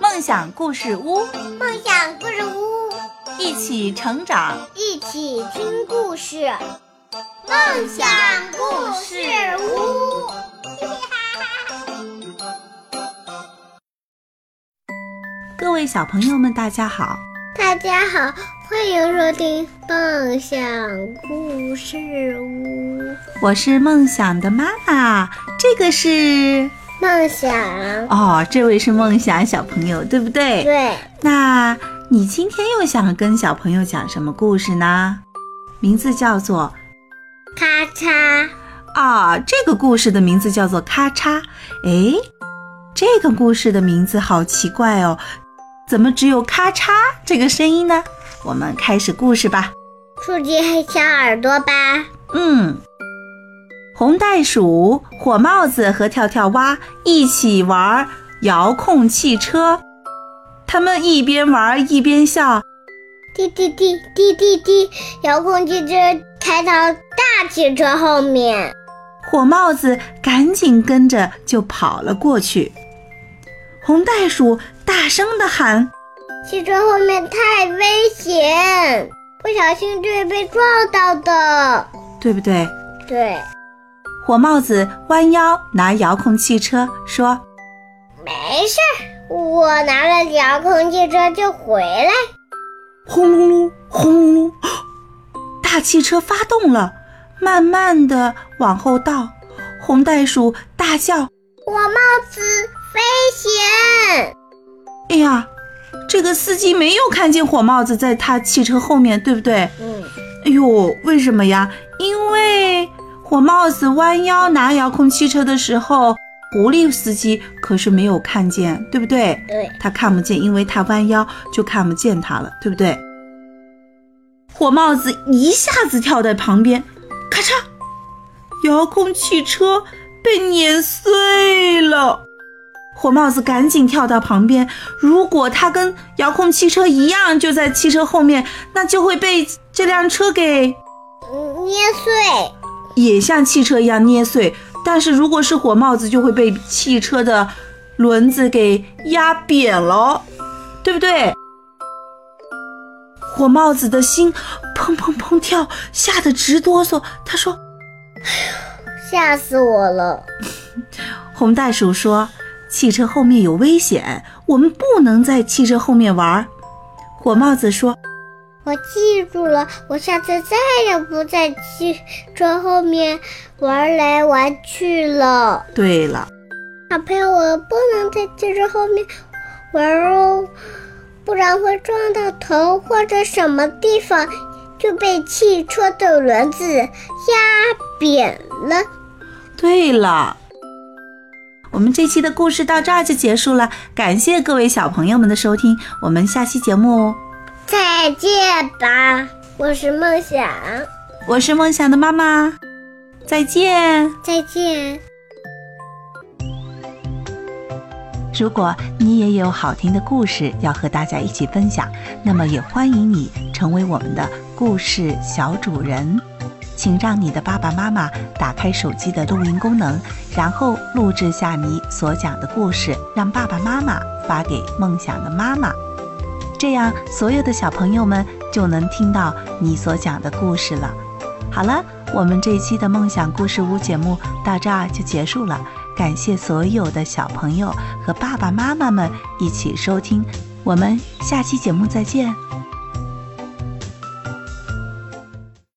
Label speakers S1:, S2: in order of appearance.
S1: 梦想故事屋，
S2: 梦想故事屋，
S1: 一起成长，
S2: 一起听故事。梦想故事屋，
S1: 各位小朋友们，大家好。
S2: 大家好，欢迎收听梦想故事屋。
S1: 我是梦想的妈妈，这个是
S2: 梦想，
S1: 哦，这位是梦想小朋友，对不对？
S2: 对，
S1: 那你今天又想跟小朋友讲什么故事呢？名字叫做
S2: 咔嚓，
S1: 啊，这个故事的名字叫做《咔嚓》。诶，这个故事的名字好奇怪哦，怎么只有“咔嚓”这个声音呢？我们开始故事吧。
S2: 竖起小耳朵吧。
S1: 嗯，红袋鼠、火帽子和跳跳蛙一起玩遥控汽车，他们一边玩一边笑。
S2: 滴滴滴滴滴滴，遥控汽车开到大汽车后面。
S1: 火帽子赶紧跟着就跑了过去。红袋鼠大声地喊
S2: 汽车后面太危险，不小心就会被撞到的。：“
S1: 对不对？”
S2: 对，
S1: 火帽子弯腰拿遥控汽车，说
S2: 没事儿，我拿了遥控汽车就回来。：“
S1: 轰隆隆，轰隆隆！”大汽车发动了，慢慢的往后倒。红袋鼠大叫
S2: 我帽子危险，：“
S1: 哎呀，这个司机没有看见火帽子在他汽车后面，对不对？
S2: 嗯，
S1: 哎呦，为什么呀？因为火帽子弯腰拿遥控汽车的时候，狐狸司机可是没有看见，对不对？
S2: 对，
S1: 他看不见，因为他弯腰就看不见他了，对不对？火帽子一下子跳在旁边，咔嚓，遥控汽车被碾碎了。火帽子赶紧跳到旁边，如果他跟遥控汽车一样就在汽车后面，那就会被这辆车给
S2: 嗯捏碎，
S1: 也像汽车一样捏碎。但是如果是火帽子，就会被汽车的轮子给压扁了，对不对？火帽子的心砰砰砰跳，吓得直哆嗦。他说
S2: 吓死我了。：“
S1: 红袋鼠说，汽车后面有危险，我们不能在汽车后面玩。”火帽子说
S2: 我记住了，我下次再也不在汽车后面玩来玩去了。：“
S1: 对了。”
S2: 小朋友，我不能在汽车后面玩哦，不然会撞到头或者什么地方，就被汽车的轮子压扁了。
S1: 对了，我们这期的故事到这儿就结束了，感谢各位小朋友们的收听，我们下期节目，哦
S2: 再见吧，我是梦想，
S1: 我是梦想的妈妈，再见。
S2: 再见。
S1: 如果你也有好听的故事要和大家一起分享，那么也欢迎你成为我们的故事小主人。请让你的爸爸妈妈打开手机的录音功能，然后录制下你所讲的故事，让爸爸妈妈发给梦想的妈妈。这样，所有的小朋友们就能听到你所讲的故事了。好了，我们这一期的梦想故事屋节目到这儿就结束了。感谢所有的小朋友和爸爸妈妈们一起收听，我们下期节目再见，